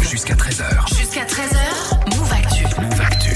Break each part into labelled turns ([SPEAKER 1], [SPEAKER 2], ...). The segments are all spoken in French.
[SPEAKER 1] Jusqu'à 13h.
[SPEAKER 2] Jusqu'à 13h, Move Actu.
[SPEAKER 1] Move Actu.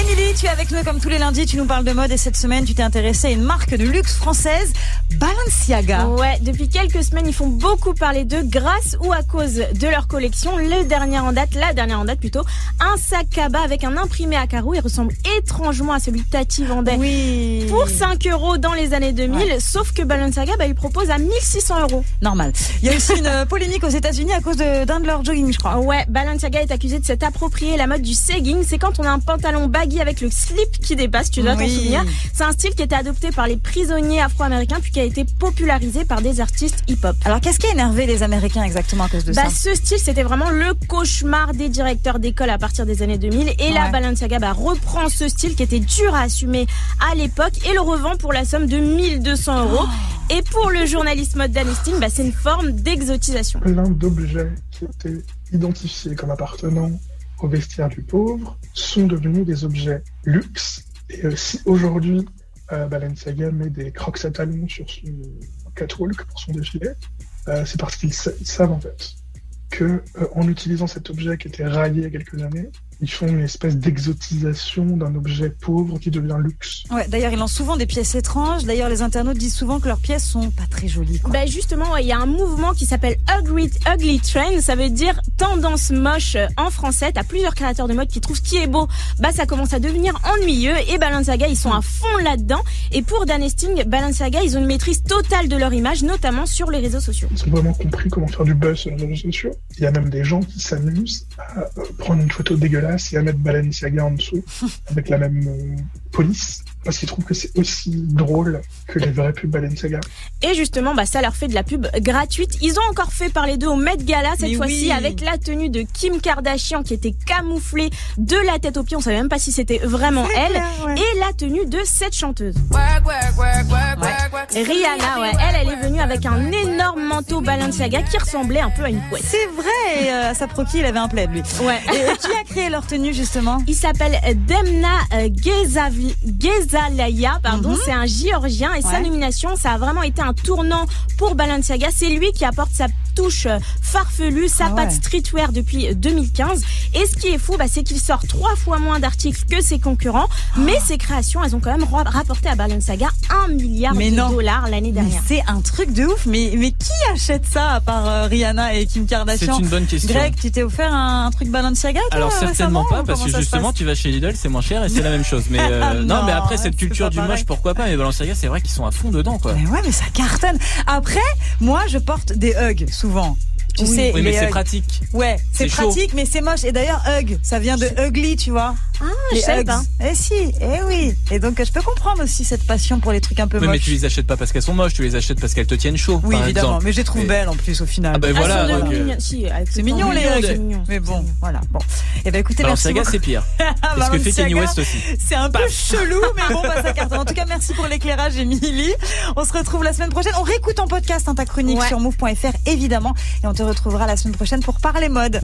[SPEAKER 3] Émilie, tu es avec nous comme tous les lundis, tu nous parles de mode et cette semaine tu t'es intéressée à une marque de luxe française, Balenciaga.
[SPEAKER 4] Ouais, depuis quelques semaines, ils font beaucoup parler d'eux grâce ou à cause de leur collection. Le dernier en date, la dernière en date plutôt, un sac cabas avec un imprimé à carreaux. Il ressemble étrangement à celui que Tati vendait
[SPEAKER 3] Oui.
[SPEAKER 4] pour 5 euros dans les années 2000.
[SPEAKER 3] Ouais.
[SPEAKER 4] Sauf que Balenciaga, bah, il propose à 1600 euros.
[SPEAKER 3] Normal. Il y a aussi une euh, polémique aux États-Unis à cause de- d'un de, leurs jogging, je crois.
[SPEAKER 4] Ouais, Balenciaga est accusé de s'être approprié la mode du sagging. C'est quand on a un pantalon baggy avec le slip qui dépasse, tu dois t'en
[SPEAKER 3] Oui.
[SPEAKER 4] souvenir. C'est un style qui était adopté par les prisonniers afro-américains puis qui a été popularisé par des artistes hip-hop.
[SPEAKER 3] Alors qu'est-ce qui a énervé les Américains exactement à cause de ça
[SPEAKER 4] Bah, ce style, c'était vraiment le cauchemar des directeurs d'école à partir des années 2000. Et
[SPEAKER 3] Ouais.
[SPEAKER 4] là, Balenciaga bah, reprend ce style qui était dur à assumer à l'époque et le revend pour la somme de 1200 euros.
[SPEAKER 3] Oh.
[SPEAKER 4] Et pour le journaliste mode Dan Estin, bah, c'est une forme d'exotisation.
[SPEAKER 5] plein d'objets qui étaient identifiés comme appartenant au vestiaire du pauvre sont devenus des objets luxe. Et euh, si aujourd'hui euh, Balenciaga met des crocs à talons sur son catwalk pour son défilé, euh, c'est parce qu'ils sa- ils savent en fait que euh, en utilisant cet objet qui était raillé il y a quelques années, ils font une espèce d'exotisation d'un objet pauvre qui devient luxe.
[SPEAKER 3] Ouais, D'ailleurs, ils lancent souvent des pièces étranges. D'ailleurs, les internautes disent souvent que leurs pièces sont pas très jolies. quoi.
[SPEAKER 4] Bah justement, ouais, il y a un mouvement qui s'appelle Ugly, Ugly Trend, ça veut dire tendance moche euh, en français. T'as plusieurs créateurs de mode qui trouvent ce qui est beau, bah ça commence à devenir ennuyeux et Balenciaga ils sont à fond là-dedans. Et pour Dan Esting, Balenciaga ils ont une maîtrise totale de leur image, notamment sur les réseaux sociaux.
[SPEAKER 5] Ils ont vraiment compris comment faire du buzz sur les réseaux sociaux. Il y a même des gens qui s'amusent à euh, prendre une photo dégueulasse et à mettre Balenciaga en dessous avec la même euh, police parce qu'ils trouvent que c'est aussi drôle que les vrais pubs Balenciaga.
[SPEAKER 4] Et justement, bah ça leur fait de la pub gratuite. Ils ont encore fait parler d'eux au Met Gala
[SPEAKER 3] Mais
[SPEAKER 4] cette fois-ci
[SPEAKER 3] oui.
[SPEAKER 4] avec la tenue de Kim Kardashian qui était camouflée de la tête aux pieds. On savait même pas si c'était vraiment elle.
[SPEAKER 3] Ouais.
[SPEAKER 4] Et la tenue de cette chanteuse.
[SPEAKER 2] Work, work, work, work, work, work.
[SPEAKER 4] Rihanna, ouais, elle, elle est venue avec un énorme manteau Balenciaga qui ressemblait un peu à une couette.
[SPEAKER 3] C'est vrai, et, euh, à Saproki, il avait un plaid, lui.
[SPEAKER 4] Ouais.
[SPEAKER 3] Et, et qui a créé leur tenue, justement
[SPEAKER 4] Il s'appelle Demna euh, Gezavi- Gezalaya, pardon, c'est un Géorgien et sa
[SPEAKER 3] Mhm. Ouais.
[SPEAKER 4] nomination, ça a vraiment été un tournant pour Balenciaga. C'est lui qui apporte sa touche euh, farfelue, sa
[SPEAKER 3] Ah ouais.
[SPEAKER 4] patte streetwear depuis euh, 2015. Et ce qui est fou, bah, c'est qu'il sort trois fois moins d'articles que ses concurrents,
[SPEAKER 3] Oh.
[SPEAKER 4] mais ses créations, elles ont quand même ra- rapporté à Balenciaga un milliard
[SPEAKER 3] Mais
[SPEAKER 4] de
[SPEAKER 3] non.
[SPEAKER 4] dollars l'année
[SPEAKER 3] Mais
[SPEAKER 4] dernière.
[SPEAKER 3] C'est un truc de ouf, mais, mais qui achète ça à part euh, Rihanna et Kim
[SPEAKER 6] C'est
[SPEAKER 3] Kardashian
[SPEAKER 6] une bonne question.
[SPEAKER 3] Greg, tu t'es offert un, un truc Balenciaga toi,
[SPEAKER 6] Alors certainement
[SPEAKER 3] récemment,
[SPEAKER 6] pas
[SPEAKER 3] ou
[SPEAKER 6] parce
[SPEAKER 3] comment
[SPEAKER 6] que
[SPEAKER 3] ça se
[SPEAKER 6] justement
[SPEAKER 3] passe
[SPEAKER 6] tu vas chez Lidl c'est moins cher et c'est la même chose mais euh,
[SPEAKER 3] Ah
[SPEAKER 6] non,
[SPEAKER 3] non,
[SPEAKER 6] mais après cette
[SPEAKER 3] c'est
[SPEAKER 6] culture
[SPEAKER 3] pas
[SPEAKER 6] du
[SPEAKER 3] pareil.
[SPEAKER 6] moche pourquoi pas mais Balenciaga c'est vrai qu'ils sont à fond dedans quoi.
[SPEAKER 3] Mais ouais, mais ça cartonne. Après, moi, je porte des hugs souvent. Tu sais,
[SPEAKER 6] oui
[SPEAKER 3] les euh,
[SPEAKER 6] mais c'est
[SPEAKER 3] Uggs.
[SPEAKER 6] pratique.
[SPEAKER 3] Ouais, c'est
[SPEAKER 6] C'est chaud.
[SPEAKER 3] pratique, mais c'est moche. Et d'ailleurs, hug, ça vient de ugly, tu vois.
[SPEAKER 4] Ah,
[SPEAKER 3] Les
[SPEAKER 4] je savais
[SPEAKER 3] Uggs.
[SPEAKER 4] pas.
[SPEAKER 3] Eh si, eh oui. Et donc, je peux comprendre aussi cette passion pour les trucs un peu
[SPEAKER 6] Oui, mais
[SPEAKER 3] moches.
[SPEAKER 6] tu les achètes pas parce qu'elles sont moches, tu les achètes parce qu'elles te tiennent chaud
[SPEAKER 3] oui,
[SPEAKER 6] par
[SPEAKER 3] évidemment.
[SPEAKER 6] exemple.
[SPEAKER 3] Mais je les trouve
[SPEAKER 6] Mais-
[SPEAKER 3] belles en plus au final.
[SPEAKER 6] Ah, bah,
[SPEAKER 3] Donc,
[SPEAKER 4] Elles
[SPEAKER 6] voilà,
[SPEAKER 4] sont
[SPEAKER 3] euh,
[SPEAKER 4] donc
[SPEAKER 6] donc, euh,
[SPEAKER 4] mignons. Si, avec
[SPEAKER 3] C'est
[SPEAKER 4] le
[SPEAKER 3] mignon
[SPEAKER 4] temps,
[SPEAKER 3] les
[SPEAKER 6] Mignon,
[SPEAKER 3] hugs.
[SPEAKER 4] c'est mignon.
[SPEAKER 3] Mais bon, voilà. Bon. Et ben écoutez, merci
[SPEAKER 6] Balenciaga
[SPEAKER 3] beaucoup.
[SPEAKER 6] c'est pire. C'est ce que fait Kanye
[SPEAKER 3] Balenciaga.
[SPEAKER 6] West aussi.
[SPEAKER 3] C'est un peu chelou, mais bon, bah, ça cartonne. En tout cas, merci pour l'éclairage, Émilie. On se retrouve la semaine prochaine. On réécoute en podcast hein, ta chronique
[SPEAKER 4] Ouais.
[SPEAKER 3] sur move.fr, évidemment. Et on te retrouvera la semaine prochaine pour parler mode.